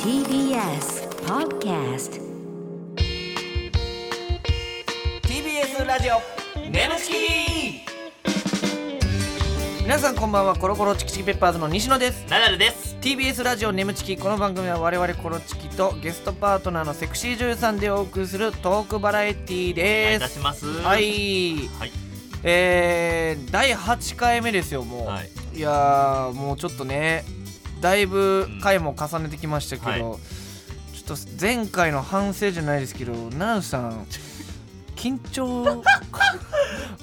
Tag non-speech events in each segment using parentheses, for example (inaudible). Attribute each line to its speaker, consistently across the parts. Speaker 1: TBS Podcast
Speaker 2: TBS ラジオネムチキ皆さんこんばんはコロコロチキチキペッパーズの西野です
Speaker 3: ナダルです。
Speaker 2: TBS ラジオネムチキこの番組は我々コロチキとゲストパートナーのセクシー女優さんでお送りするトークバラエティー
Speaker 3: い
Speaker 2: で
Speaker 3: た
Speaker 2: す
Speaker 3: します。
Speaker 2: はい
Speaker 3: はい。
Speaker 2: えー、第8回目ですよもう、
Speaker 3: はい
Speaker 2: い、やーもうちょっとねだいぶ回も重ねてきましたけど、
Speaker 3: うんは
Speaker 2: ちょっと前回の反省じゃないですけどナウさん緊張
Speaker 3: (laughs)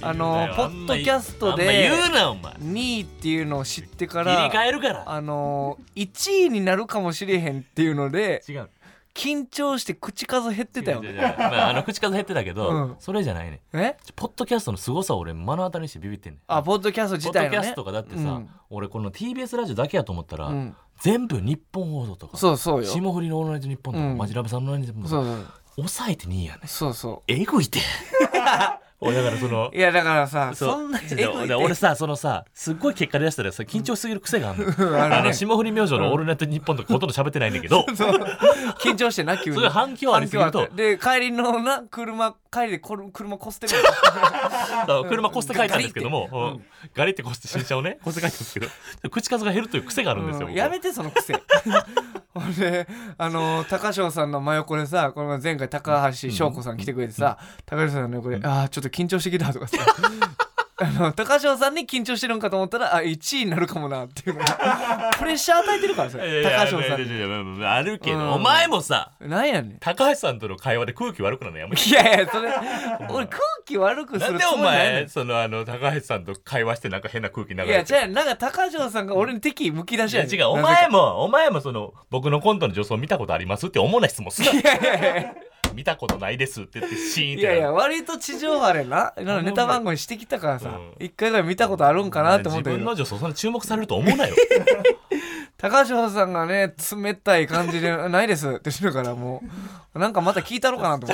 Speaker 2: あのポッドキャストで
Speaker 3: あんま言うなお前。
Speaker 2: 2位っていうのを知ってか
Speaker 3: 切り替
Speaker 2: ら
Speaker 3: えるから。
Speaker 2: あの1位になるかもしれへんっていうので
Speaker 3: 違う。
Speaker 2: 緊張して口数減ってたよ
Speaker 3: 違う違う違
Speaker 2: ね
Speaker 3: うまああの口数減ってたけど、
Speaker 2: うん
Speaker 3: それじゃないね。
Speaker 2: え
Speaker 3: ちょポッドキャストの凄さを俺目の当たりにしてビビってんねん。
Speaker 2: あポッドキャスト
Speaker 3: ポ
Speaker 2: 自
Speaker 3: ッド
Speaker 2: 体
Speaker 3: キ
Speaker 2: の
Speaker 3: ャ
Speaker 2: ね
Speaker 3: ストがだってさ、
Speaker 2: うん
Speaker 3: 俺この TBS ラジオだけやと思ったら、
Speaker 2: うん
Speaker 3: 全部日本放送とか
Speaker 2: そうそうよそう
Speaker 3: 霜降りのオールナイトニッポンとか、
Speaker 2: うん
Speaker 3: マジラブさんのオールナイトニッポンと
Speaker 2: そう
Speaker 3: か抑えて2位やね
Speaker 2: そうそ (laughs)
Speaker 3: えぐいて俺だからその
Speaker 2: ういやだからさ
Speaker 3: そう
Speaker 2: そんなに
Speaker 3: ちょっ
Speaker 2: エ
Speaker 3: と
Speaker 2: グい
Speaker 3: で
Speaker 2: って
Speaker 3: 俺さそのさすっごい結果出したらさ緊張しすぎる癖がある
Speaker 2: ん
Speaker 3: の,、
Speaker 2: あるね
Speaker 3: あの霜降り明星の「オールナイトニッポン」とかほとんど喋ってないんだけど
Speaker 2: そう緊張してな急に
Speaker 3: それ反響ありすぎると
Speaker 2: 反響あってで帰りのな車帰りでこる車こすってる
Speaker 3: そう車こすって書いたんですけども
Speaker 2: ガリって
Speaker 3: うんガリってこすって新車をねこすって書いたんですけど口数が減るという癖があるんですよ、
Speaker 2: うん
Speaker 3: 僕
Speaker 2: やめてその癖俺あの高翔さんの真横でさこの前回高橋翔子さん来てくれてさ、高橋さんの横で「ああちょっと緊張してきた」とかさあの高翔さんに緊張してるんかと思ったらあ1位になるかもなっていうのがプレッシャー与えてるからさ
Speaker 3: いやいや
Speaker 2: 高翔さん
Speaker 3: い
Speaker 2: に
Speaker 3: やいやいやいやいやあるけど、
Speaker 2: うん
Speaker 3: お前もさ
Speaker 2: なんやねん
Speaker 3: 高橋さんとの会話で空気悪くなるのやめて
Speaker 2: (laughs) いやいやそれ俺空気悪くす
Speaker 3: なん
Speaker 2: る
Speaker 3: で
Speaker 2: つも
Speaker 3: お
Speaker 2: りないねん
Speaker 3: 前そのあの高橋さんと会話してなんか変な空気流れ
Speaker 2: い
Speaker 3: て
Speaker 2: や違うなんか高城さんが俺に敵意むき出し
Speaker 3: いや
Speaker 2: や
Speaker 3: 違うお前もお前もその僕のコントの女装見たことありますって主な質問すな
Speaker 2: いやいやいや
Speaker 3: 見たことないですって言ってシーン
Speaker 2: い
Speaker 3: ってな
Speaker 2: や
Speaker 3: る
Speaker 2: いや割と地上波で
Speaker 3: (laughs)
Speaker 2: ななんかネタ番組してきたからさ
Speaker 3: うん
Speaker 2: 一回ぐらい見たことあるんかなって思っ
Speaker 3: 自
Speaker 2: たけ
Speaker 3: 分の
Speaker 2: ど
Speaker 3: 女装そんな注目されると思う
Speaker 2: (laughs)
Speaker 3: なよ
Speaker 2: 高城さんがね冷たい感じで (laughs) 「ないです」ってしてるからもうなんかまた聞いたろかなと思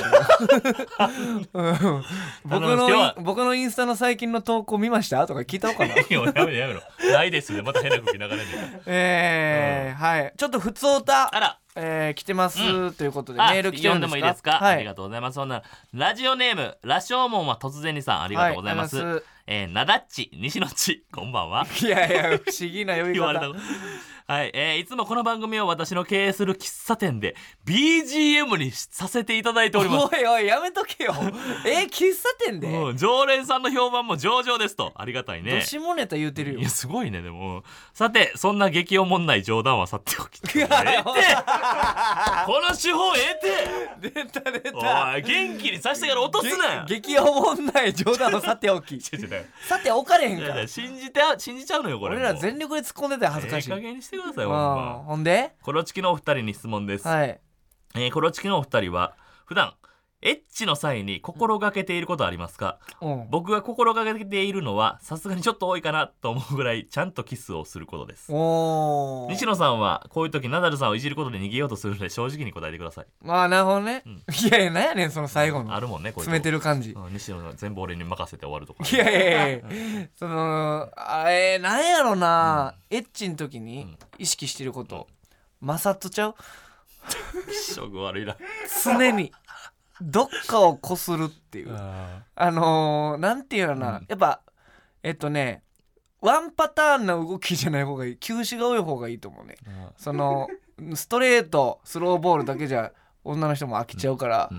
Speaker 2: っ
Speaker 3: (laughs)
Speaker 2: てうん僕
Speaker 3: あの今日
Speaker 2: の
Speaker 3: は
Speaker 2: 僕のインスタの最近の投稿見ましたとか聞いたろか
Speaker 3: (laughs)
Speaker 2: な
Speaker 3: いややめろやめろないですねまた変な空気流れてる
Speaker 2: えーはいちょっと普通
Speaker 3: あ
Speaker 2: 歌
Speaker 3: ら
Speaker 2: えー来てますということで
Speaker 3: あ
Speaker 2: メール来てるん
Speaker 3: 読ん
Speaker 2: で
Speaker 3: で
Speaker 2: すか
Speaker 3: もいいですか、
Speaker 2: は
Speaker 3: ありがとうございますそんなラジオネーム羅生門は突然にさんありがとうございます、
Speaker 2: はありがとうござい
Speaker 3: えー、なだっち西のちこんば
Speaker 2: (laughs)
Speaker 3: んは
Speaker 2: いやいや不思議な呼び
Speaker 3: 言われ
Speaker 2: 方
Speaker 3: たはい、えーいつもこの番組を私の経営する喫茶店で BGM にさせていただいております
Speaker 2: おいおいやめとけ
Speaker 3: (laughs)
Speaker 2: よえ喫茶店で、
Speaker 3: うん、常連さんの評判も上々ですとありがたい
Speaker 2: ど
Speaker 3: ね
Speaker 2: しもネタ言うてるよ
Speaker 3: いやすごいねでもさてそんな激おもんない冗談はさておきええってこの手法ええって
Speaker 2: 出た出
Speaker 3: お
Speaker 2: た
Speaker 3: い元気にさしてから落とすなよ
Speaker 2: げ激おもんない冗談をさてお
Speaker 3: (laughs)
Speaker 2: き
Speaker 3: 違う違う違う
Speaker 2: さておかれへん
Speaker 3: い
Speaker 2: か
Speaker 3: やい
Speaker 2: ら
Speaker 3: や信じて信じちゃうのよこれ
Speaker 2: 俺ら
Speaker 3: もう
Speaker 2: 全力で突っ込んでたよ恥ずかしい、
Speaker 3: ええ加減にしてください
Speaker 2: うん
Speaker 3: ほんま
Speaker 2: ほんで
Speaker 3: コロチキのお二人に質問です、
Speaker 2: はい
Speaker 3: えーコロチキのお二人は普段エッチの際に心がけていることありますか
Speaker 2: うん
Speaker 3: 僕が心がけているのはさすがにちょっと多いかなと思うぐらいちゃんとキスをすることです
Speaker 2: おお
Speaker 3: 西野さんはこういう時ナダルさんをいじることで逃げようとするので正直に答えてください
Speaker 2: まあなるほどね、
Speaker 3: ん
Speaker 2: いやいやなんやねんその最後
Speaker 3: あ
Speaker 2: の
Speaker 3: るもんねこういう
Speaker 2: 詰めて
Speaker 3: る
Speaker 2: る感じ
Speaker 3: 西野さん全部俺に任せて終わるとか
Speaker 2: いやいやいやそのあえー、なんやろな、エッチの時に意識してること、摩擦ちゃう
Speaker 3: 気色悪いな
Speaker 2: 常にどっかをこするっていうあのー、なんていうのかな、
Speaker 3: うん
Speaker 2: やっぱえっとねワンパターンな動きじゃない方がいい球種が多い方がいいと思うねそのストレートスローボールだけじゃ女の人も飽きちゃうから、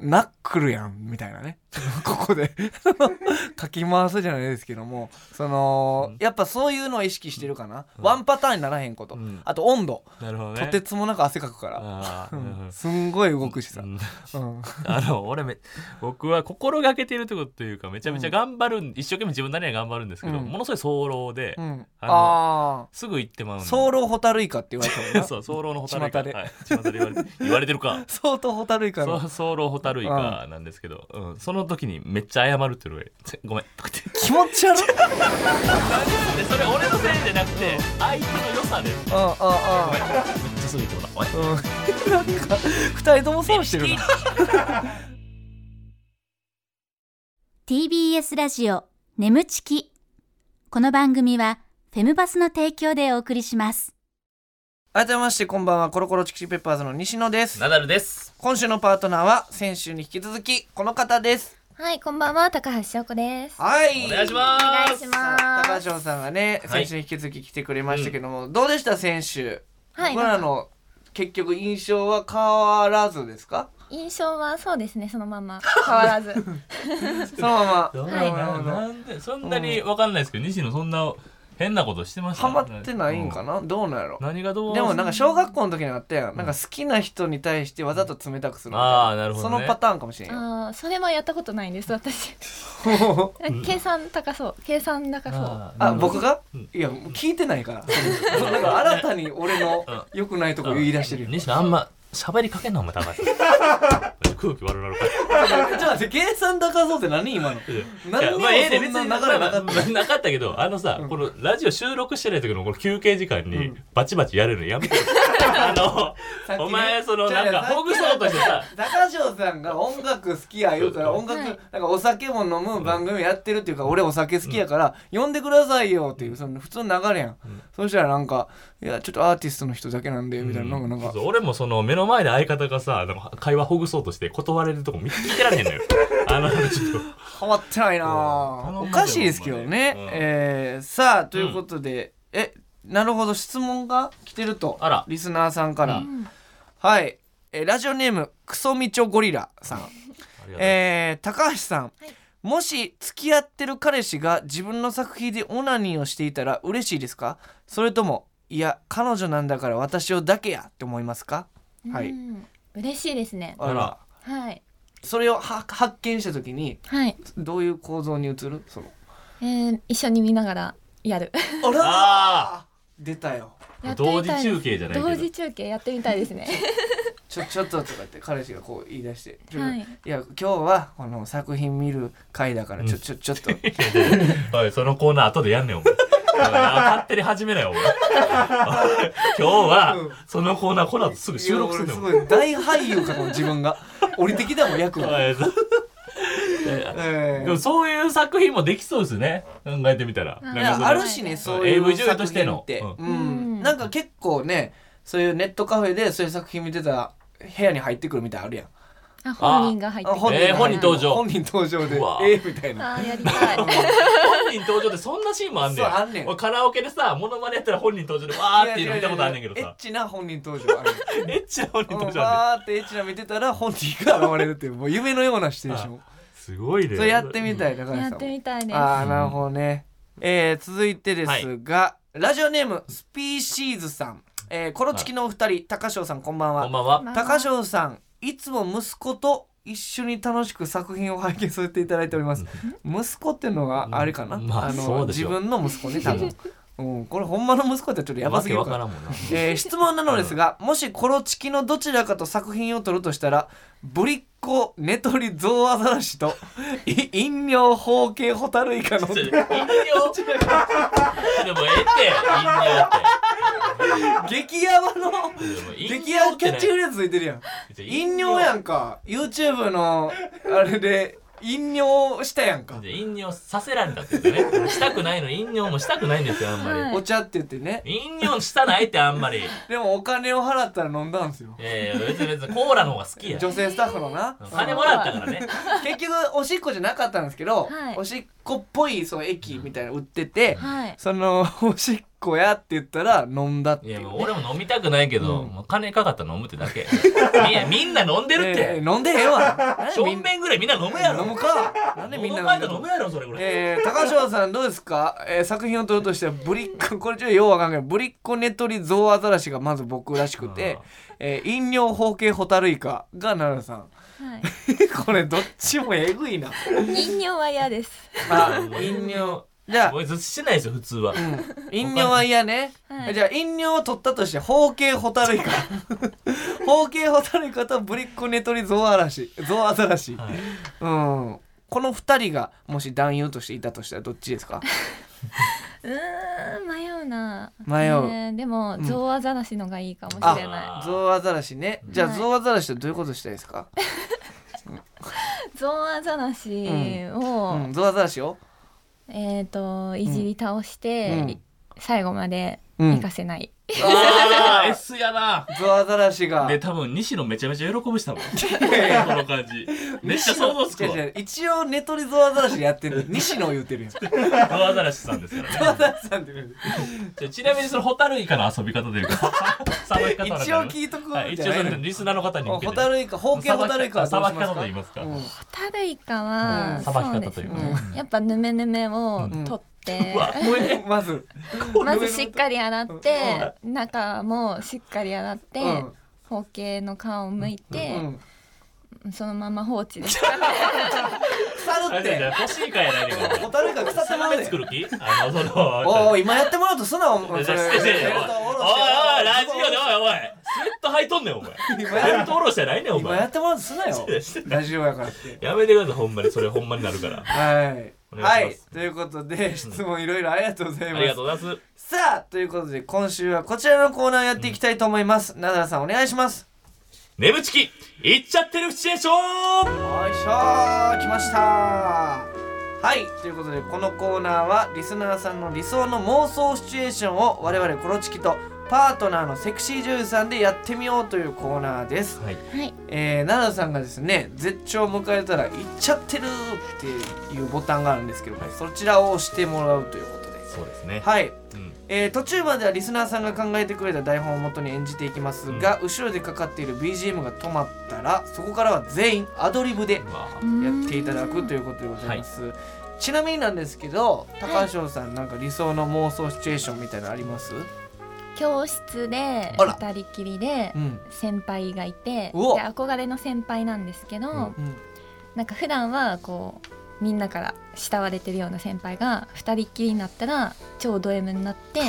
Speaker 2: ナックルやんみたいなね (laughs) ここでかき回すじゃないですけどもその、やっぱそういうのを意識してるかな、ワンパターンにならへんこと、
Speaker 3: うん
Speaker 2: あと温度、
Speaker 3: なるほど
Speaker 2: とてつもなく汗かくから、
Speaker 3: あー
Speaker 2: うんすんごい動くしさ、
Speaker 3: う
Speaker 2: う
Speaker 3: ん
Speaker 2: ん
Speaker 3: あの俺め僕は心がけてるってことというかめちゃめちゃ頑張るん、一生懸命自分なりには頑張るんですけど、
Speaker 2: うん
Speaker 3: ものすごい早漏で、
Speaker 2: うん、
Speaker 3: あ
Speaker 2: あ
Speaker 3: のすぐ行ってまう
Speaker 2: あ
Speaker 3: の
Speaker 2: ソウルホタルイカって言われたもんな
Speaker 3: そう早漏のホタルイ
Speaker 2: (laughs) 巷
Speaker 3: カ
Speaker 2: で
Speaker 3: はい巷で言われて言われてるか
Speaker 2: 相当ホタルイカの
Speaker 3: そうソーロホタルイカなんですけど、うん、その時にめっちゃ謝るっていうのがごめんとか言って
Speaker 2: 気持ち悪いうんうん
Speaker 3: でそれ俺のせいじゃなくて相手の良さでめっ
Speaker 2: う
Speaker 3: ちゃすぐ言ってもらったおい
Speaker 2: んうんなんか二人とも損してるな
Speaker 4: TBS ラジオ眠ちきこの番組はフェムバスの提供でお送りします
Speaker 2: 改めましてこんばんはコロコロチキチキペッパーズの西野です
Speaker 3: ナダルです。
Speaker 2: 今週のパートナーは先週に引き続きこの方です
Speaker 5: はい、こんばんは、高橋翔子です。
Speaker 2: はい
Speaker 3: お願いし
Speaker 5: お
Speaker 3: ま
Speaker 5: 願い
Speaker 3: す
Speaker 2: さ
Speaker 5: し。ま
Speaker 2: あ
Speaker 5: す。
Speaker 2: 高橋さんがね
Speaker 3: はい
Speaker 2: 先週に引き続き来てくれましたけども、どうでした先週、
Speaker 5: はい
Speaker 2: 僕らの結局印象は変わらずですか
Speaker 5: 印象はそうですね、そのまま変わらず。
Speaker 2: そのまま、
Speaker 3: (laughs) どう
Speaker 5: はい
Speaker 3: ななんでそんなにわかんないですけど、西野そんな変なことしてました
Speaker 2: ハマってないんかな、どうなんやろ
Speaker 3: うん何がどう
Speaker 2: でもなんか小学校の時にあったやん、なんか好きな人に対してわざと冷たくするみたいな
Speaker 3: あーなるほどね
Speaker 2: そのパターンかもしれんよ
Speaker 5: ああ、それはやったことないです、私。
Speaker 2: (laughs)
Speaker 5: 計算高そう、計算高そう。
Speaker 3: あーな
Speaker 2: あ
Speaker 3: るほど
Speaker 2: 僕が、いやもう聞いてないからなんか新たに俺の良くないとこ言い出してるよ、
Speaker 3: 西野あんま喋りかけんなお前高い空気悪なるから
Speaker 2: (laughs) ちょっと待って計算高そうって何今の
Speaker 3: い
Speaker 2: 何
Speaker 3: や
Speaker 2: にも
Speaker 3: まあええで
Speaker 2: そん
Speaker 3: 別
Speaker 2: な
Speaker 3: に
Speaker 2: 流れな
Speaker 3: まあ
Speaker 2: かった、
Speaker 3: まあ (laughs) なかったけどあのさ、このラジオ収録してない時のこの休憩時間にバチバチやれるのや
Speaker 2: (laughs)
Speaker 3: めてよ
Speaker 2: さっきね
Speaker 3: あ (laughs) のお前その
Speaker 2: ちょ
Speaker 3: なんか
Speaker 2: さっき
Speaker 3: ほぐそうとしてさ
Speaker 2: 高城さんが音楽好きや言うから音楽
Speaker 5: はい
Speaker 2: なんかお酒も飲む番組やってるっていうか俺お酒好きやから呼んでくださいよっていうその普通の流れやんそしたらなんか「いやちょっとアーティストの人だけなんで」みたいななんかなんか
Speaker 3: そう俺もその目の前で相方がさなんか会話ほぐそうとして断れるとこ見聞いてられへん
Speaker 2: (laughs)
Speaker 3: のよあのちょっ
Speaker 2: 変わってないなあ
Speaker 3: うん
Speaker 2: おかしいですけどね
Speaker 3: 頼むよほんまにうん
Speaker 2: えーさあということでえなるほど質問が来てると
Speaker 3: あら
Speaker 2: リスナーさんから
Speaker 3: う
Speaker 2: はいえーラジオネームクソミチョゴリラさん
Speaker 3: とえ
Speaker 2: えー高橋さん、もし付き合ってる彼氏が自分の作品でオナニーをしていたら嬉しいですかそれともいや彼女なんだから私をだけやって思いますかはい
Speaker 5: うん嬉しいですね。
Speaker 2: あ
Speaker 3: あら
Speaker 5: はい。
Speaker 2: それをは発見した時に
Speaker 5: はい。
Speaker 2: どういう構造に移るその
Speaker 5: えー、一緒に見ながらや
Speaker 3: (laughs)
Speaker 5: る。
Speaker 2: あら
Speaker 3: あ
Speaker 2: 出たよ
Speaker 5: やってみた
Speaker 3: 同時
Speaker 5: いです
Speaker 3: 中継じゃないけど
Speaker 5: 同時中継やってみたいです
Speaker 3: (laughs)
Speaker 5: ね。
Speaker 2: ちょち (laughs) ょっととかって彼氏がこう言い出して「ちょっと
Speaker 5: はい
Speaker 2: いや今日はこの作品見る回だからちょちょちょっ
Speaker 3: (laughs)
Speaker 2: と」
Speaker 3: ーおいそのコーナー後でやんねんお前お前勝手に始めないよ
Speaker 2: (laughs)
Speaker 3: お前今日はそのコーナーこの後すぐ収録する
Speaker 2: い
Speaker 3: の
Speaker 2: や
Speaker 3: よ
Speaker 2: 俺すごい大俳優かも自分
Speaker 3: (laughs)
Speaker 2: が降りてきたもん役は。
Speaker 3: はいそう
Speaker 2: えー
Speaker 3: でもそういう作品もできそうですね考えてみたら
Speaker 5: うん
Speaker 3: ないんかその
Speaker 2: やあるしねそういう
Speaker 3: AV
Speaker 2: 作品って
Speaker 3: 女優としての
Speaker 2: う
Speaker 3: うん
Speaker 5: うん
Speaker 2: なんか結構ねそういうネットカフェでそういう作品見てたら部屋に入ってくるみたいあるやん
Speaker 5: あ、本人が入って
Speaker 2: あ
Speaker 5: きて
Speaker 3: えー本人登場
Speaker 2: 本人登場で
Speaker 3: うわ
Speaker 2: ええみたいな
Speaker 5: あー、や
Speaker 2: (laughs)
Speaker 5: りたい。
Speaker 3: 本人登場でそんなシーンもあんねん
Speaker 2: そうあんねん
Speaker 3: 俺カラオケでさモノマネやったら本人登場でわーっていうの見たことあんねんけど
Speaker 2: いや違う違うエッ
Speaker 3: さ
Speaker 2: チな本人登場ある
Speaker 3: エッチな本人
Speaker 2: うん
Speaker 3: 登場あんねん
Speaker 2: バーってエッチな見てたら本人が現れるっていうもう夢のようなシチュエーション
Speaker 3: すごいね
Speaker 2: それやってみたい高橋
Speaker 5: や
Speaker 2: さん
Speaker 5: っ
Speaker 2: も
Speaker 5: てみたいです。
Speaker 2: ああなるほどね、えー続いてですが、ラジオネームスピーシーズさん、えー、コロチキのお二人高翔さんこんばんは
Speaker 3: こんばんは
Speaker 5: まあ
Speaker 2: 高翔さんいつも息子と一緒に楽しく作品を拝見させていただいております息子っていうのがあれかな、
Speaker 3: うんまあ
Speaker 2: の
Speaker 3: そうでし
Speaker 2: 自
Speaker 3: ょう
Speaker 2: 分の息子ね多分、うん、これほんまの息子ってちょっとやばすぎる
Speaker 3: わ
Speaker 2: か
Speaker 3: け
Speaker 2: ら
Speaker 3: わからんもんな
Speaker 2: えー質問なのですがもしコロチキのどちらかと作品を撮るとしたらぶりっ子ネトリゾウアザラシとい飲料包茎ホタルイカの
Speaker 3: ちょ飲料でもええ
Speaker 2: 激ヤバの
Speaker 3: (laughs) って飲料って
Speaker 2: 激ヤバキャッチフレーズついてるやん飲料や
Speaker 3: ん
Speaker 2: んか YouTube のあれで飲料したやんか
Speaker 3: 飲料させられたってこと (laughs) ねしたくないの飲料もしたくないんですよあん (laughs) ま
Speaker 5: はい
Speaker 2: お茶って言ってね
Speaker 3: り飲料したないってあんまり
Speaker 2: でもお金を払ったら飲んだんですよ
Speaker 3: いやいや別に別にコーラの方が好きや
Speaker 2: 女性スタッフのな
Speaker 3: 金もらったからね
Speaker 2: 結局おしっこじゃなかったんですけど、
Speaker 5: はい
Speaker 2: おしっこっぽいその液みたいなの売ってて、
Speaker 5: はい。
Speaker 2: そのおしっこやって言ったら飲んだって
Speaker 3: い
Speaker 2: いう
Speaker 3: や、もう俺も飲みたくないけど、もう金かかったら飲むってだけ。いや、みんな飲んでるっ
Speaker 2: え
Speaker 3: て。
Speaker 2: ー飲んでへんわ (laughs) なんで
Speaker 3: 正
Speaker 2: みんな
Speaker 3: 面ぐらいみんな飲むやろ。
Speaker 2: 飲むかなんでみんな
Speaker 3: 飲まんと飲むやろ、それぐらい。
Speaker 2: えー、高翔さんどうですか、えー作品を撮るとしてはブリッコこれちょっとようわかんないけどブリッコネトリゾウアザラシがまず僕らしくて
Speaker 3: あ、
Speaker 2: えー飲料包茎ホタルイカが奈良さん
Speaker 5: はい。
Speaker 2: (laughs) これどっちもえぐいな
Speaker 5: 飲料は嫌です。
Speaker 2: あ
Speaker 3: 飲料。
Speaker 2: じゃあ
Speaker 3: こいつしてないですよ、普通は。
Speaker 2: 飲料は嫌ね、
Speaker 5: はい
Speaker 2: じゃあ飲料を取ったとして包茎ホタルイカ包茎ホタルイカとブリッコネトリゾウアラシゾウアザラシ、
Speaker 3: はい
Speaker 2: うんこの二人がもし男優としていたとしたらどっちですか
Speaker 5: うーん、迷うな。
Speaker 2: 迷う
Speaker 5: えーでも、ゾウアザラシのがいいかもしれ
Speaker 3: あ
Speaker 5: な
Speaker 2: ゾウアザラシねじゃあ
Speaker 5: はい
Speaker 2: ゾウアザラシとどういうことしたいですか、
Speaker 5: い。ゾウアザラシを、
Speaker 2: うん、ゾウアザラシを
Speaker 5: えっ、と、いじり倒して、
Speaker 2: うん
Speaker 5: い最後まで
Speaker 2: うん
Speaker 5: 行かせない。
Speaker 3: ああ、がな
Speaker 2: ゾアザラシが
Speaker 3: で多分西野めちゃめちゃ喜ぶしたもんこの感じめっちゃ想像つく
Speaker 2: 違う
Speaker 3: わ
Speaker 2: 違う一応ネトリゾアザラシでやってる西野言うてるやんゾ
Speaker 3: ドアザラシさんですから
Speaker 2: ア
Speaker 3: ね
Speaker 2: ザラシさんって言うてる
Speaker 3: ちょちなみにそのホタルイカの遊び方というかさばき方なんかね
Speaker 2: (laughs) 一応聞いとくわ
Speaker 3: は
Speaker 2: け
Speaker 3: い
Speaker 2: じ
Speaker 3: 一
Speaker 2: ゃ
Speaker 3: 応
Speaker 2: な
Speaker 3: そ
Speaker 2: い
Speaker 3: の
Speaker 2: の
Speaker 3: リスナーの方に向
Speaker 2: ホ
Speaker 3: けて
Speaker 2: タルイカ方形ホタルイカはどうしますか
Speaker 3: さばき方と言いますか
Speaker 2: うん
Speaker 5: タルイカは、
Speaker 3: さばき方
Speaker 5: そ
Speaker 3: と
Speaker 5: う
Speaker 3: い
Speaker 5: で
Speaker 3: う
Speaker 5: す
Speaker 3: か
Speaker 5: ねやっぱヌメヌメを取って、
Speaker 2: まず
Speaker 5: まずしっかり洗って、中もしっかり洗って、
Speaker 2: うん
Speaker 5: 方形の皮を剥いて
Speaker 2: う、ん
Speaker 5: そのまま放
Speaker 2: (laughs)
Speaker 5: 置です。
Speaker 2: 腐る
Speaker 3: あ
Speaker 2: っ
Speaker 3: れだよ
Speaker 2: て
Speaker 3: 欲しいかやないねんから
Speaker 2: ホタルイカ腐ってまう
Speaker 3: 鍋
Speaker 2: ねん
Speaker 3: 作る気あのその
Speaker 2: おお今やってもらうとすなお前
Speaker 3: い
Speaker 2: それ
Speaker 3: やいやいやいやおいおいおいラジオでおいおいスウェット履いとんねんお前スウ
Speaker 2: 今
Speaker 3: ェ
Speaker 2: や
Speaker 3: ット下ろしてないねんお
Speaker 2: 今や
Speaker 3: 前
Speaker 2: ってもらうとすなよ
Speaker 3: して
Speaker 2: ラジオやからって
Speaker 3: やめてくださいほんまにそれほんまになる
Speaker 2: (laughs)
Speaker 3: から
Speaker 2: はい
Speaker 3: お願
Speaker 2: はい
Speaker 3: します
Speaker 2: いということで質問いろいろありがとうござい
Speaker 3: あ
Speaker 2: ま
Speaker 3: りが
Speaker 2: す
Speaker 3: とうございます
Speaker 2: さあということで今週はこちらのコーナーやっていきたいと思いますナダルさんお願いします
Speaker 3: 眠ちきいっちゃってるシチュエーション
Speaker 2: よいしょー来ましたはいということでこのコーナーはリスナーさんの理想の妄想シチュエーションを我々コロチキとパートナーのセクシー女優さんでやってみようというコーナーです、
Speaker 3: はい
Speaker 5: はい。
Speaker 2: えー、奈良さんがですね絶頂を迎えたら「行っちゃってる!」っていうボタンがあるんですけども、そちらを押してもらうということで
Speaker 3: そうですね
Speaker 2: はい、
Speaker 3: うん
Speaker 2: えー途中まではリスナーさんが考えてくれた台本を元に演じていきますが、後ろでかかっている BGM が止まったらそこからは全員アドリブで
Speaker 3: うわ
Speaker 2: やっていただくということでございます、ちなみになんですけど高橋さんなんか理想の妄想シチュエーションみたいなのあります、
Speaker 5: 教室で
Speaker 2: あら
Speaker 5: 二人きりで
Speaker 2: うん
Speaker 5: 先輩がいて、で
Speaker 2: うお
Speaker 5: 憧れの先輩なんですけど、
Speaker 2: うん
Speaker 5: なんか普段はこうみんなから慕われてるような先輩が二人っきりになったら超ド M になって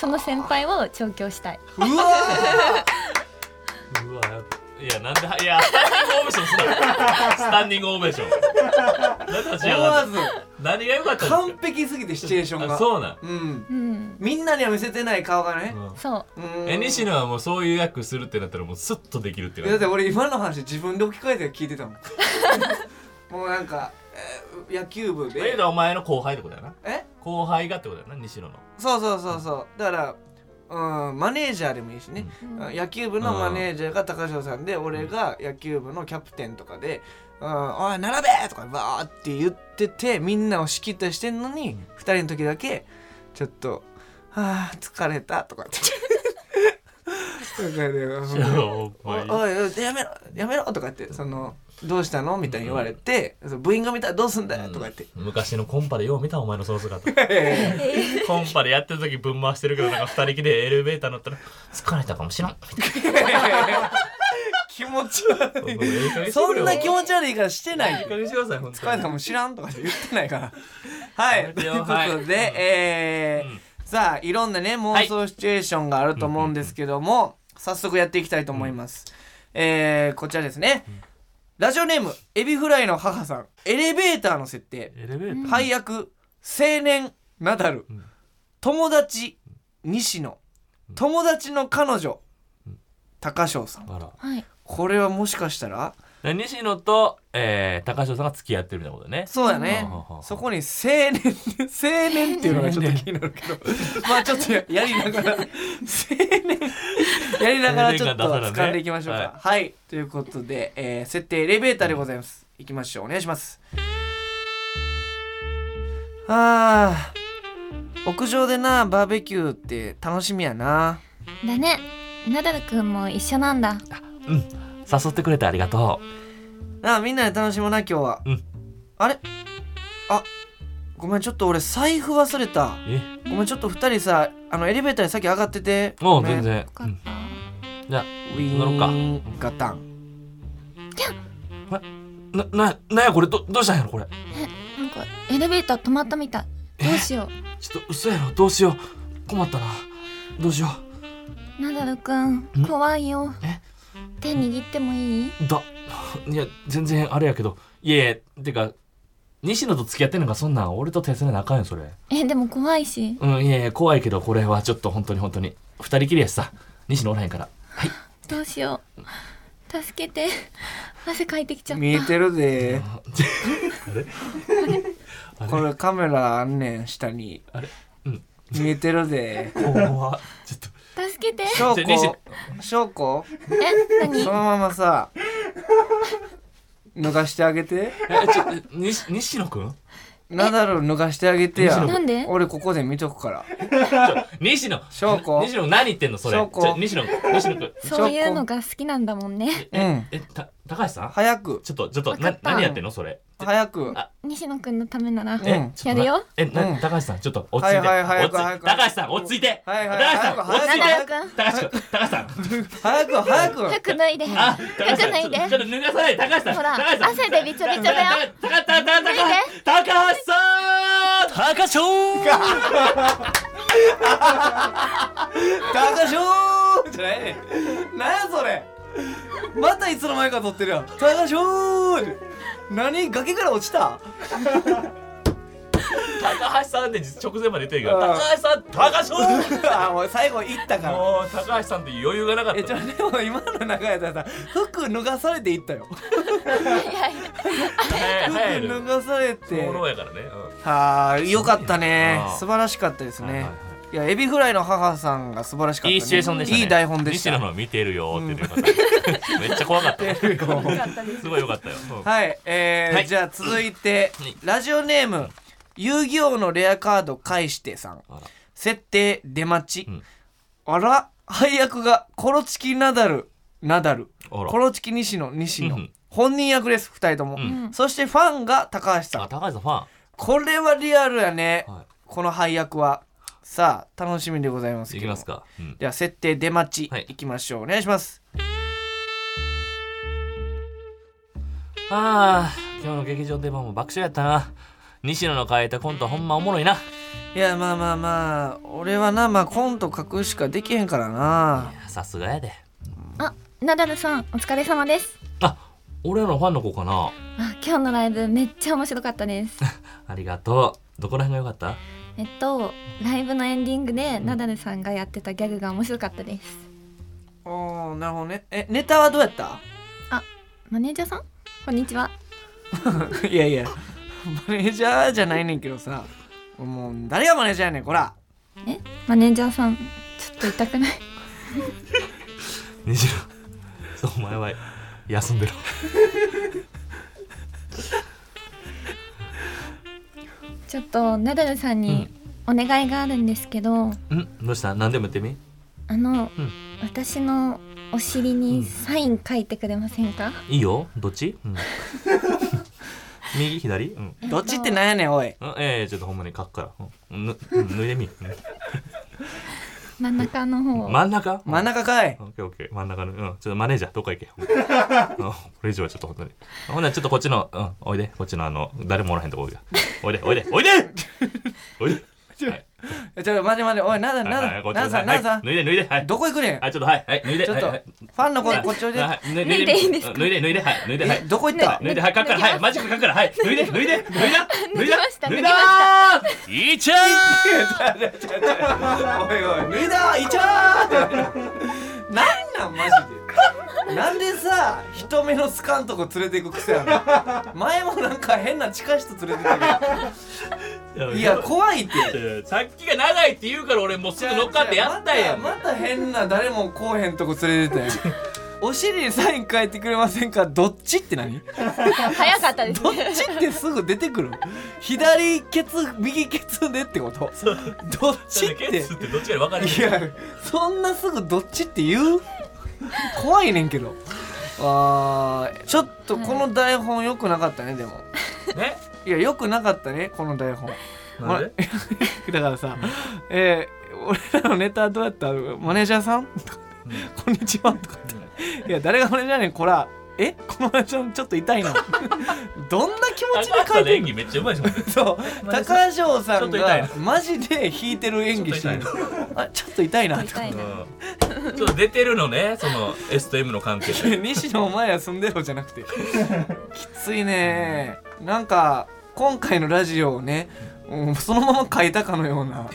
Speaker 5: その先輩を調教したい。
Speaker 2: うわ
Speaker 3: うわいやなんでいやスタンディングオベーションす
Speaker 2: (laughs)
Speaker 3: なスタンディングオベーションなん (laughs) で立
Speaker 2: ー
Speaker 3: ち上
Speaker 2: 思
Speaker 3: が
Speaker 2: わ
Speaker 3: る
Speaker 2: ず
Speaker 3: 何が良かったんで
Speaker 2: 完璧すぎてシチュエーシ
Speaker 3: す
Speaker 2: ョン
Speaker 3: かあ
Speaker 2: が
Speaker 3: そうなん
Speaker 2: うん
Speaker 5: うん、
Speaker 2: みんなには見せてない顔がね、
Speaker 3: うん
Speaker 5: そう
Speaker 2: うん
Speaker 3: え西野はもうそういう役するってなったらもうスッとできるって
Speaker 2: だ
Speaker 3: 感
Speaker 2: って
Speaker 3: じ
Speaker 2: 俺今の話自分で置き換えて聞いてたもん (laughs) もうなんか、えー野球部
Speaker 3: ええ
Speaker 2: で
Speaker 3: だお前の後輩ってことやな
Speaker 2: え
Speaker 3: 後輩がってことやな西野の
Speaker 2: そうそうそうそうだからうんマネージャーでもいいしね、
Speaker 5: うん
Speaker 2: 野球部のマネージャーが高橋さんで俺が野球部のキャプテンとかで「うん、おい並べ!」とかバーって言っててみんなを仕切ったりしてんのに、二人の時だけちょっと「はあ疲れた」とかって。 (laughs) だから
Speaker 3: いやお
Speaker 2: お
Speaker 3: 前
Speaker 2: おいおいやめろやめろとかってそのどうしたのみたいに言われて、その部員が見たらどうすんだよとか言って、
Speaker 3: 昔のコンパでよう見たお前のその
Speaker 2: (laughs)
Speaker 3: 姿コンパでやってる時ぶん回してるけどなんか二人きりでエレベーター乗ったら疲れたかもしらん
Speaker 2: 気持ち悪いそんな気持ち悪いからしてないよ
Speaker 3: 加減してください本
Speaker 2: 疲れたもん知らんとかって言ってない (laughs) からは
Speaker 3: やめ
Speaker 2: いと
Speaker 3: て
Speaker 2: い
Speaker 3: よ
Speaker 2: うことで、えー
Speaker 3: うん
Speaker 2: さあいろんなね妄想シチュエーションがあると思うんですけども、早速やっていきたいと思います、えー、こちらですね、ラジオネームエビフライの母さんエレベーターの設定
Speaker 3: エレベー
Speaker 2: 配役青年ナダル、
Speaker 3: ん
Speaker 2: 友達西野友達の彼女、高翔さん
Speaker 3: ターあら
Speaker 5: はい、
Speaker 2: これはもしかしたら
Speaker 3: 西野と、えー、高橋さんが付き合ってるみたいなことね
Speaker 2: そうだね
Speaker 3: うん
Speaker 2: そこに青年青年っていうのがちょっと気になるけどまあちょっとややりながら青年やりながらちょっと掴んでいきましょうか、
Speaker 3: 青年感出
Speaker 2: はい、ということで、えー設定エレベーターでございます、いきましょうお願いしますあー屋上でなバーベキューって楽しみやな
Speaker 5: だねナダルくんも一緒なんだ
Speaker 3: 誘ってくれてありがと
Speaker 2: なあみんなで楽しもうな今日は、
Speaker 3: うん
Speaker 2: あれあごめんちょっと俺財布忘れた
Speaker 3: うえ
Speaker 2: ごめんちょっと二人さあのエレベーターに先上がってて
Speaker 3: も
Speaker 2: ご
Speaker 3: う
Speaker 2: めん
Speaker 3: 全然
Speaker 5: よ、かった、
Speaker 3: じゃあ
Speaker 2: ウィ
Speaker 3: 乗ろうか
Speaker 2: ーンガタン
Speaker 3: なななんやこれどどうしたんやろこれ
Speaker 5: なんかエレベーター止まったみたいどうしよ
Speaker 3: ちょっと嘘やろどうしよう困ったなどうしよ
Speaker 5: うナダルくん怖いよ
Speaker 3: え
Speaker 5: 手握ってもいいう
Speaker 3: だ (laughs) いや全然あれやけどいやいやてか西野と付き合ってんのかそんなん俺と手つねなあかんよそれ
Speaker 5: えでも怖いし
Speaker 3: うんいやいや怖いけどこれはちょっと本当に本当に二人きりやしさ西野おらへんから
Speaker 5: どうしよう助けて汗かいてきちゃった
Speaker 2: 見えてるで
Speaker 3: あれ
Speaker 2: これカメラあんねん下に
Speaker 3: あれうん (laughs)
Speaker 2: 見えてるで
Speaker 3: 怖っちょっと
Speaker 5: 助けて
Speaker 2: 証
Speaker 3: ちょ西
Speaker 2: 拠証拠
Speaker 5: え何
Speaker 2: そのままさ脱がしてあげて
Speaker 3: えちょえに西野くん
Speaker 2: ナダル脱がしてあげてや
Speaker 3: 西野
Speaker 5: なんで
Speaker 2: 俺ここで見とくから
Speaker 3: 西野
Speaker 2: 証拠
Speaker 3: 西野何言ってんのそれ
Speaker 2: 証拠
Speaker 3: ちょ西野西野くん
Speaker 5: そういうのが好きなんだもんね
Speaker 2: うん
Speaker 3: えた高橋さん
Speaker 2: 早く
Speaker 3: ちょっとちょっと
Speaker 5: わか
Speaker 3: な
Speaker 5: った
Speaker 3: 何やってんのそれ
Speaker 2: 早く
Speaker 3: あ
Speaker 5: 西野くんのためなら
Speaker 2: え
Speaker 3: ちょ
Speaker 5: や
Speaker 3: っと
Speaker 5: るよ
Speaker 3: えな
Speaker 2: うん
Speaker 3: 高橋さんちょっと落ち着いて
Speaker 2: はいはい
Speaker 3: 落ち着い
Speaker 2: 早く早く
Speaker 3: 高橋さん落ち着いて高
Speaker 2: はいはい
Speaker 3: 橋さ
Speaker 2: 早
Speaker 3: ん
Speaker 2: く
Speaker 3: 落ち着い
Speaker 5: ナダル
Speaker 3: て
Speaker 5: くん
Speaker 3: 高橋くん高橋さん
Speaker 2: 早く早く
Speaker 5: 早く脱いで
Speaker 3: あ
Speaker 5: 早く脱いで
Speaker 3: ちょっと脱がさないで高橋さん
Speaker 5: ほ
Speaker 3: (laughs)
Speaker 5: ら
Speaker 3: 高橋さん
Speaker 5: 汗でびちょびちょだよ
Speaker 3: 高橋さん高橋さん高橋さん高橋
Speaker 2: ガガショーじゃないねなんやそれまたいつの間にか撮ってるやんガガショー何崖から落ちた (laughs)
Speaker 3: 高橋さんって直前まで言ってるけど
Speaker 2: あ
Speaker 3: 高橋さん高橋さん
Speaker 2: あもう最後いったから
Speaker 3: もう高橋さんって余裕がなかっ
Speaker 2: えち
Speaker 3: た
Speaker 2: ょでも今の流れだったら服脱がされていったよ
Speaker 3: 早い早い
Speaker 2: 服脱がされ
Speaker 3: 本
Speaker 2: て
Speaker 3: 物やからねうん
Speaker 2: はあよかったね
Speaker 3: あー
Speaker 2: 素晴らしかったです
Speaker 3: はい
Speaker 2: ね
Speaker 3: はい
Speaker 2: いやエビフライの母さんが素晴らしかった、ね、
Speaker 3: いいシチュエーションでしたね
Speaker 2: いい台本でし
Speaker 3: 西野
Speaker 2: た
Speaker 3: の見てるよっていう方めっちゃ怖かったすごい良かったようん
Speaker 2: はいえー
Speaker 3: はい
Speaker 2: じゃあ続いて
Speaker 3: はい
Speaker 2: ラジオネーム遊戯王のレアカード返してさん
Speaker 3: あら
Speaker 2: 設定出待ち、
Speaker 3: うん
Speaker 2: あら配役がコロチキナダルナダル
Speaker 3: あら
Speaker 2: コロチキ西野西野、
Speaker 3: うん
Speaker 2: 本人役です2人とも、
Speaker 3: うん
Speaker 2: そしてファンが高橋さ
Speaker 3: あ
Speaker 2: ん
Speaker 3: 高橋さんファン
Speaker 2: これはリアルやね、
Speaker 3: は
Speaker 2: この配役はさあ楽しみでございます
Speaker 3: い
Speaker 2: け
Speaker 3: き
Speaker 2: ど
Speaker 3: ますかうん
Speaker 2: では設定出待ち、
Speaker 3: はいい、
Speaker 2: きましょうお願いします
Speaker 3: ああ今日の劇場出番も爆笑やったな西野の変えたコントほんまおもろいない
Speaker 2: やまあまあまあ俺はなまあコント書くしかできへんからな
Speaker 3: さすがやで
Speaker 5: あナダルさんお疲れ様です
Speaker 3: あ俺らのファンの子かな
Speaker 5: あ今日のライブめっちゃ面白かったです
Speaker 3: (laughs) ありがとうどこら辺が良かっ
Speaker 5: えっとライブのエンディングでナダルさんがやってたギャグが面白かったです
Speaker 2: おーなるほどねえネタはどうやった
Speaker 5: マネージャーさんこんにちはい
Speaker 2: (laughs) やいやマネージャーじゃないねんけどさもう誰がマネージャーやねんこら
Speaker 5: えマネージャーさんちょっと痛くない
Speaker 3: た西野そうお前は休んでろ
Speaker 5: ちょっとナダルさんにお願いがあるんですけど、
Speaker 3: んどうした何でも言ってみ
Speaker 5: あの、
Speaker 3: うん
Speaker 5: 私のお尻にサイン書いてくれませんか、
Speaker 3: いいよどっち、うん (laughs) 右左うん
Speaker 2: どっちってなんやねんおい
Speaker 3: うんええちょっとほんまに書くから、うん、ぬうん脱いでみ、う
Speaker 5: 真ん中の方を、
Speaker 3: ん、真ん中
Speaker 2: 真ん
Speaker 3: 中
Speaker 2: 中かい
Speaker 3: オッケーオッケー真ん中のうんちょっとマネージャーどっか行け、うん、これ以上はちょっと本当にほんならちょっとこっちのうんおいでこっちのあの誰もおらへんとこおいでおいでおいでおいでおいで
Speaker 2: えちょっと待て待ておいなんだ
Speaker 3: はい
Speaker 2: な
Speaker 3: はい
Speaker 2: ん
Speaker 3: こ
Speaker 2: だ
Speaker 3: っち
Speaker 2: な
Speaker 3: の
Speaker 2: んださんな
Speaker 3: さ
Speaker 2: んださ
Speaker 3: はい
Speaker 2: ん
Speaker 3: 脱いで脱いではい
Speaker 2: どこ行くねん
Speaker 3: はいちょっとはいはい脱いで
Speaker 2: ちょっと
Speaker 3: はいはい
Speaker 2: ファンの子こっちおいで
Speaker 3: はい脱い
Speaker 5: 脱いでいいんですか
Speaker 3: うん脱いで脱いではい脱いではい
Speaker 2: えどこ行った
Speaker 3: 脱いではい書くからはいマジック書くからはい脱いで脱いで
Speaker 2: (laughs)
Speaker 3: 脱いだ脱いだ
Speaker 5: 脱ぎました
Speaker 3: 脱いだーいっちゃー
Speaker 2: おいおい、脱いだいちゃーってなんなんマジでなんでさ、人目のつかんとこ連れていく癖あるの前もなんか変な地下室連れてたけどいや、怖いって
Speaker 3: さっきが長いって言うから俺もうすぐ乗っかってやったやん
Speaker 2: またまた変な誰もこうへんとこ連れてたやん
Speaker 3: (laughs)
Speaker 2: お尻にサイン書いてくれませんかどっちって
Speaker 3: (laughs)
Speaker 2: 何
Speaker 5: 早かったです
Speaker 2: どっ
Speaker 5: ね
Speaker 2: ちってすぐ出てくる左ケツ右ケツでってことどっちっ
Speaker 3: ケ
Speaker 2: て
Speaker 3: ツってどっちかで分かる
Speaker 2: いやそんなすぐどっちって言う怖いねんけどあーちょっとこの台本良くなかったねでも
Speaker 3: ね
Speaker 2: いや良くなかったねこの台本
Speaker 3: なんで
Speaker 2: (laughs) だからさえー俺らのネタどうやったマネージャーさんとかこんにちはとかっていや誰がマネージャーやねんこらえこのマネージャーちょっと痛い
Speaker 3: (laughs)
Speaker 2: などんな気持ちで書
Speaker 3: 高
Speaker 2: い
Speaker 3: 橋の
Speaker 2: て
Speaker 3: 演
Speaker 2: んの
Speaker 3: 技めっちゃうまいじゃん
Speaker 2: そう
Speaker 3: マネさ
Speaker 2: 高橋さ
Speaker 3: ちょ
Speaker 2: ん
Speaker 3: っと痛い
Speaker 2: がマジで弾いてる演技してる
Speaker 3: ちょっ
Speaker 2: あちょっと痛いなとか
Speaker 5: 痛いな
Speaker 3: うんちょっと出てるのねその S と M の関係で
Speaker 2: (laughs) 西野お前は住んでろじゃなく
Speaker 3: (laughs)
Speaker 2: てきついねなんか今回のラジオをねうんそのまま書いたかのよう
Speaker 3: (laughs)
Speaker 2: ななん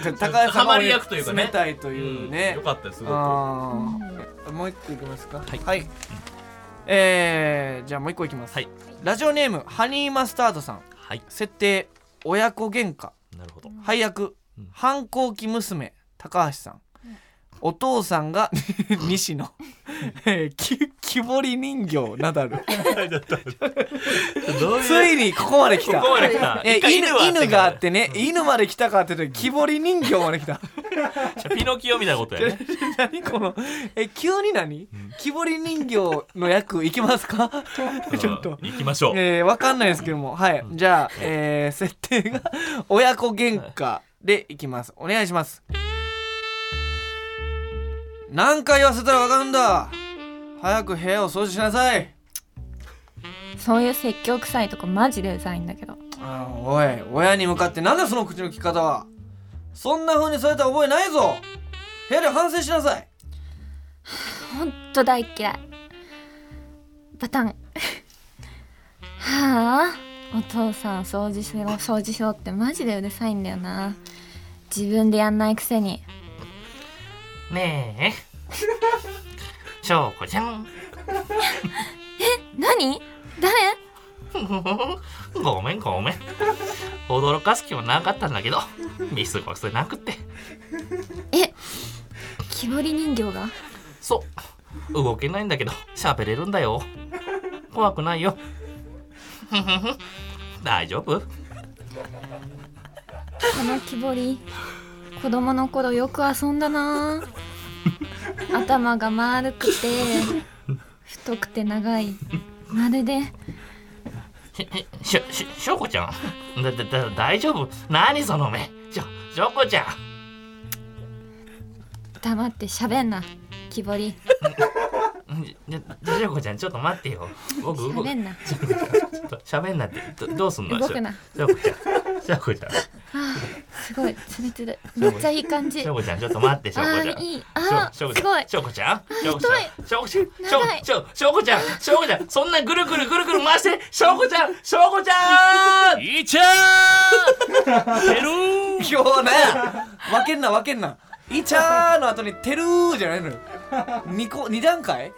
Speaker 2: か高橋さ
Speaker 3: ハ
Speaker 2: んが
Speaker 3: マ
Speaker 2: 俺
Speaker 3: り役というかね
Speaker 2: 冷たいというね、
Speaker 3: よかったですすごく
Speaker 2: あーもう一個いきますかはい、えー、じゃあもう一個いきます、
Speaker 3: はい
Speaker 2: ラジオネームハニーマスタードさん
Speaker 3: はい
Speaker 2: 設定親子喧嘩
Speaker 3: なるほど
Speaker 2: 配役
Speaker 3: うん
Speaker 2: 反抗期娘高橋さん、お父さん
Speaker 3: (laughs)
Speaker 2: が西野、えーき木彫り人形ナダル
Speaker 3: どういう
Speaker 2: ついにここまで来た
Speaker 3: ここまで来た
Speaker 2: え
Speaker 3: 一回
Speaker 2: 犬
Speaker 3: はあったけど
Speaker 2: 犬があってね、犬まで来たかって言ったら木彫り人形まで来た
Speaker 3: ピノキオみたいなことやね
Speaker 2: 何このえ急に何木彫り人形の役いきます
Speaker 3: (laughs)
Speaker 2: かちょっと
Speaker 3: うん行きましょう
Speaker 2: えー、わかんないですけども、はい。じゃあ、えー、設定が親子喧嘩でいきます。お願いします。何回言わせたらわかるんだ早く部屋を掃除しなさい
Speaker 5: そういう説教臭いとこマジでうざいんだけど
Speaker 2: あーおい、親に向かってなんだその口の利き方はそんな風にされた覚えないぞ部屋で反省しなさい
Speaker 5: ほんと大っ嫌いバタンはあお父さん掃除しろ掃除しろってマジでうるさいんだよな自分でやんないくせに
Speaker 6: ねえ。しょうこちゃん。
Speaker 5: 何誰
Speaker 6: ごめんごめん。驚かす気もなかったんだけど、見過ごせなくて。
Speaker 5: 木彫り人形が
Speaker 6: そう。動けないんだけど、喋れるんだよ。怖くないよ。 (laughs) 大丈夫
Speaker 5: この木彫り子供の頃よく遊んだ
Speaker 2: (laughs)
Speaker 5: な頭が丸くて太くて長いまるで
Speaker 6: し、し、し、しょうこちゃん。だ、だ、だ、大丈夫何その目。しょ、しょうこちゃん。
Speaker 5: 黙って喋んな木彫り
Speaker 6: じゃ、じゃしょうこちゃん、ちょっと待ってよ。僕、動く
Speaker 5: 喋んな
Speaker 6: ちょっと喋んなって、どどうすんの
Speaker 5: 動くな
Speaker 6: しょうこちゃん。しょうこちゃん。
Speaker 5: あーすごいつるつるめっちゃいい感じ
Speaker 6: しょ
Speaker 5: あ
Speaker 6: うこちゃん、ちょっと待って、しょうこちゃ
Speaker 5: ー
Speaker 6: ん。
Speaker 5: いいあー
Speaker 6: し
Speaker 5: す
Speaker 6: ょ
Speaker 5: ご
Speaker 6: うこ
Speaker 5: い
Speaker 6: ちゃん、しょうこちゃん、しょうこちゃん、しょうこちゃん、
Speaker 5: 長い
Speaker 6: しょうしょうこちゃん、しょうこちゃん、そんなぐるぐるぐるぐる回して、しょうこちゃん、しょうこちゃん。
Speaker 7: いちゃーペルー
Speaker 2: 今日 (laughs) ね分けんな分けんな「いちゃー」の後に「てるー」じゃないのよ 2, 個2段階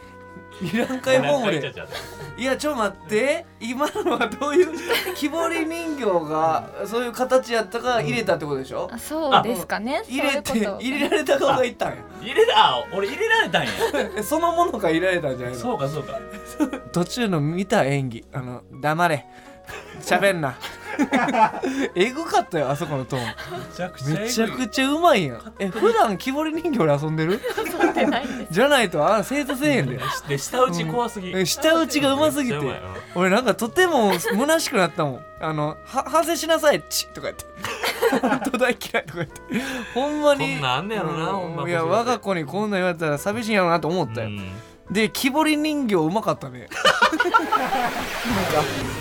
Speaker 2: 2段階ホームで
Speaker 3: ちゃんちゃん
Speaker 2: いやちょっと待って今のはどういう木彫り人形がそういう形やったから入れたってことでしょ
Speaker 5: あそうですかねそう
Speaker 2: 入
Speaker 5: い
Speaker 2: れ
Speaker 5: うこ
Speaker 2: て
Speaker 5: と
Speaker 2: 入れられた方がいったんや
Speaker 3: 入れたあ俺入れられたんや
Speaker 2: えそのものが入れられたんじゃないの
Speaker 3: そうかそうか
Speaker 2: 途中の見た演技あの黙れ喋ん
Speaker 5: (laughs)
Speaker 2: なえぐかったよあそこのトーン
Speaker 3: めちゃくちゃ
Speaker 2: めちゃく
Speaker 3: ち
Speaker 2: ちゃうまいやんえ普段木彫り人形で遊んでる
Speaker 5: ってないんで
Speaker 2: (laughs)
Speaker 5: す
Speaker 2: じゃないとあ生徒せえへんで
Speaker 3: ゃで下打ち怖すぎ
Speaker 2: え舌打ちがうますぎて
Speaker 3: めっちゃうまい
Speaker 2: 俺なんかとても虚しくなったもんあのは反省しなさいチッとか言って本当大嫌いとか言ってほんまに
Speaker 3: こんなんあんねやろなほんま
Speaker 2: いや我が子にこんなん言われたら寂しいんやろなと思った
Speaker 3: う
Speaker 2: よ、
Speaker 3: ん
Speaker 2: で木彫り人形うまかったね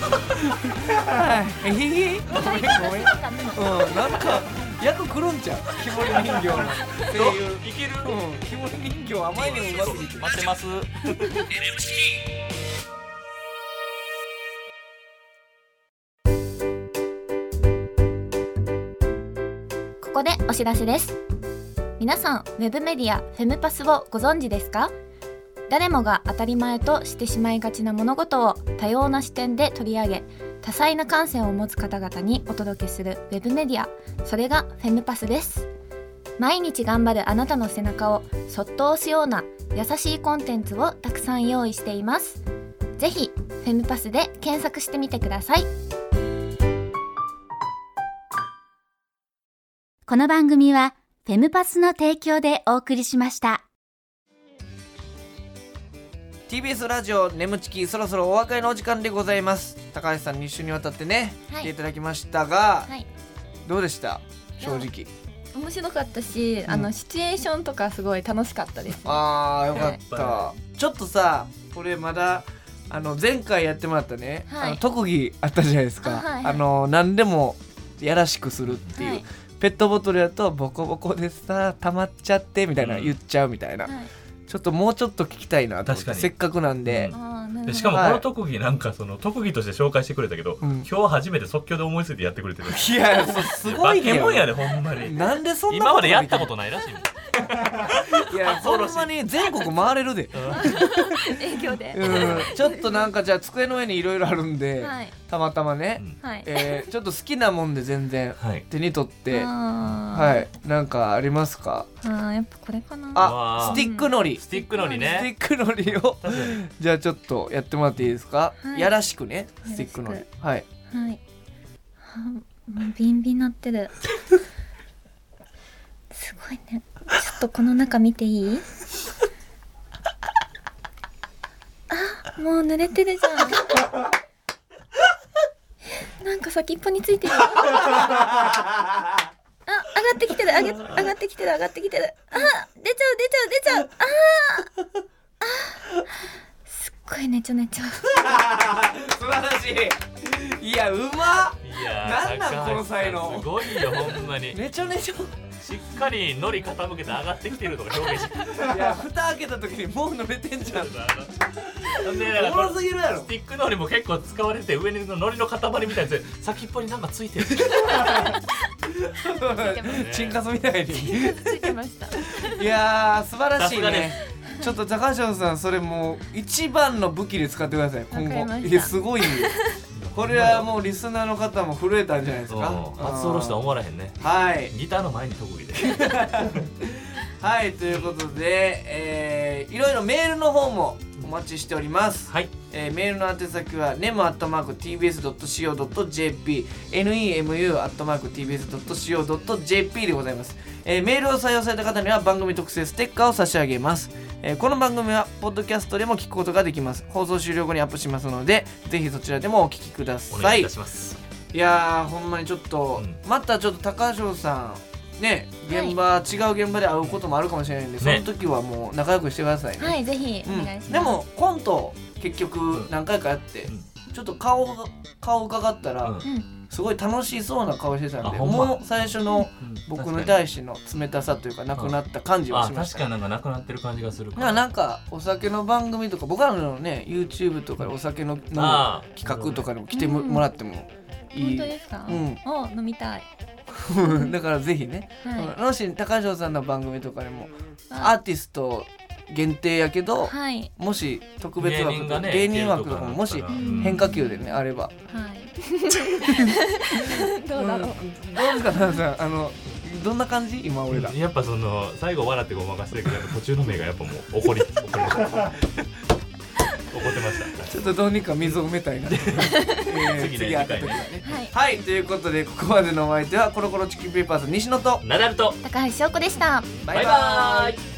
Speaker 2: なんかはいえへへごめんごめんうんなんか役くるんちゃう木彫り人形の声優
Speaker 3: いける
Speaker 2: うん木彫り人形甘いにもうますぎて
Speaker 3: 待ってます
Speaker 5: ここでお知らせです皆さんウェブメディアフェムパスをご存知ですか誰もが当たり前としてしまいがちな物事を多様な視点で取り上げ多彩な感性を持つ方々にお届けするウェブメディアそれがフェムパスです毎日頑張るあなたの背中をそっと押すような優しいコンテンツをたくさん用意していますぜひフェムパスで検索してみてください
Speaker 4: この番組はフェムパスの提供でお送りしました。
Speaker 2: TBS ラジオ眠ちきそろそろお別れのお時間でございます高橋さんに一緒にわたってね、
Speaker 5: はい
Speaker 2: 来ていただきましたが、
Speaker 5: い
Speaker 2: どうでした正直
Speaker 5: 面白かったし、
Speaker 2: ん
Speaker 5: あのシチュエーションとかすごい楽しかったですね。
Speaker 2: あーよかった、ちょっとさこれまだあの前回やってもらったね、
Speaker 5: はい
Speaker 2: あの特技あったじゃないですかあ,、
Speaker 5: あはいはい
Speaker 2: の何でもやらしくするっていう、
Speaker 5: はい
Speaker 2: ペットボトルやとボコボコでさ溜まっちゃってみたいな、
Speaker 3: うん
Speaker 2: 言っちゃうみたいな、
Speaker 5: はい
Speaker 2: ちょっともうちょっと聞きたいなと思って
Speaker 3: 確かに
Speaker 2: せっかくなんで、
Speaker 3: うん
Speaker 5: あーな
Speaker 3: で
Speaker 5: る
Speaker 3: し
Speaker 5: ほ
Speaker 3: か
Speaker 5: ど
Speaker 3: も
Speaker 5: (laughs)
Speaker 2: はい
Speaker 3: この特技なんかその特技として紹介してくれたけど、
Speaker 2: うん
Speaker 3: 今日初めて即興で思いついてやってくれてる
Speaker 2: いやもうすご
Speaker 3: バ
Speaker 2: い
Speaker 3: ケモンや
Speaker 2: ね
Speaker 3: でほんまに
Speaker 2: なんでそんな
Speaker 3: 今までやったこととないらしいもん
Speaker 2: いやほんまに全国回れる
Speaker 3: (laughs)
Speaker 2: で、
Speaker 5: 影響で
Speaker 2: うん、ちょっとなんかじゃあ机の上にいろいろあるんで、
Speaker 5: はい
Speaker 2: たまたまね、
Speaker 3: うん
Speaker 5: はい
Speaker 2: えーちょっと好きなもんで全然
Speaker 3: はい
Speaker 2: 手に取っては
Speaker 5: はい
Speaker 2: なんかありますか
Speaker 5: やっぱこれかな
Speaker 2: あ
Speaker 3: わー
Speaker 2: スティックのりス
Speaker 3: スティックのり
Speaker 2: テ
Speaker 3: ね
Speaker 2: ィックのりをじゃあちょっとやってもらっていいですか、
Speaker 5: はい
Speaker 2: やらしくね
Speaker 5: しく
Speaker 2: スティックのりはい
Speaker 5: はいはもうビンビンなってる (laughs) すごいねちょっとこの中見ていいあもう濡れてるじゃんなんか先っぽについてるよあ上がってきてる上げ上がってきてる上がってきてるあ出ちゃう出ちゃう出ちゃうあーあーすっごいねちょねちょ
Speaker 2: 素晴らしいいやうま
Speaker 3: いや
Speaker 2: なんなんこの才能
Speaker 3: すごいよほんまに
Speaker 2: めちゃめちゃ
Speaker 3: しっかりのり傾けて上がってきてるとか表現してる
Speaker 2: いや蓋開けた時にもう濡れてんじゃん
Speaker 3: ほんで
Speaker 2: おもろすぎるやろ
Speaker 3: スティックのりも結構使われて上にのりの塊みたいなやつ先っぽになんかついてる
Speaker 2: チンカスみたいに
Speaker 5: ついてました
Speaker 2: いやー素晴らしい
Speaker 3: さすが
Speaker 2: ね
Speaker 3: で
Speaker 2: ちょっと高橋さんそれもう一番の武器で使ってください
Speaker 5: わかり
Speaker 2: 今
Speaker 5: ま
Speaker 2: 後
Speaker 5: した
Speaker 2: いやすごいよこれはもうリスナーの方も震えたんじゃないです
Speaker 3: (laughs) そう
Speaker 2: か
Speaker 3: 初おろしとは思われへんね
Speaker 2: うんはい
Speaker 3: ギターの前に特技で
Speaker 2: はいということで、えーいろいろメールの方もお待ちしております、
Speaker 3: はい
Speaker 2: えーメールの宛先は nemu.tbs.co.jp nemu.tbs.co.jp でございます、えーメールを採用された方には番組特製ステッカーを差し上げます、えーこの番組はポッドキャストでも聞くことができます放送終了後にアップしますのでぜひそちらでもお聞きくだ
Speaker 3: お
Speaker 2: さ
Speaker 3: 願い
Speaker 2: い
Speaker 3: いたします
Speaker 2: いやーほんまにちょっと、
Speaker 3: うん
Speaker 2: またちょっと高橋さんね現場、違う現場で会うこともあるかもしれないんで、
Speaker 3: ね
Speaker 2: その時はもう仲良くしてくださいね、
Speaker 5: はいぜひ
Speaker 2: うん
Speaker 5: お願いします、
Speaker 2: でもコント結局
Speaker 3: ん
Speaker 2: 何回かやって、
Speaker 3: うん
Speaker 2: ちょっと顔が顔伺ったら、
Speaker 3: うん
Speaker 2: すごい楽しそうな顔してたんで
Speaker 3: あほんま
Speaker 2: もう最初の僕に対しての冷たさというかなくなった感じは
Speaker 3: あ
Speaker 2: しまし
Speaker 3: 確
Speaker 2: た、
Speaker 3: かになんかなくなってる感じがする
Speaker 2: だからなんかお酒の番組とか僕らのね YouTube とかでお酒の飲む企
Speaker 3: あー
Speaker 2: 画とかでも来ても,、
Speaker 5: うん
Speaker 2: らってもい
Speaker 5: 本
Speaker 2: い
Speaker 5: 当ですか、
Speaker 2: うん
Speaker 5: お飲みたい
Speaker 2: (laughs) だからぜひね、
Speaker 5: は
Speaker 2: もし高城さんの番組とかでも
Speaker 5: あ
Speaker 2: アーティスト限定やけど、
Speaker 5: はい
Speaker 2: もし特別枠とか
Speaker 3: ね
Speaker 2: 芸人枠とかもも
Speaker 3: い
Speaker 2: し
Speaker 3: けるとか
Speaker 5: も
Speaker 3: なったら
Speaker 2: 変化球でねあれば
Speaker 5: はいどうだろ
Speaker 2: どう
Speaker 5: う、
Speaker 2: ですか奈々さんあのどんな感じ今俺ら、
Speaker 3: やっぱその最後笑ってごまかしてるけどやっぱ途中の目がやっぱもう怒
Speaker 2: (laughs)
Speaker 3: り怒りました怒ってました
Speaker 2: ちょっとどうにか水を埋め
Speaker 3: (laughs)
Speaker 2: たいな、えー
Speaker 3: 次ね
Speaker 2: 次会った時は
Speaker 3: 次回
Speaker 2: ね
Speaker 5: はい
Speaker 2: はいということでここまでのお相手はコロコロチキンペーパーズ西野と
Speaker 3: ナダルと
Speaker 5: 高橋翔子でした
Speaker 2: バ
Speaker 3: バイバーイ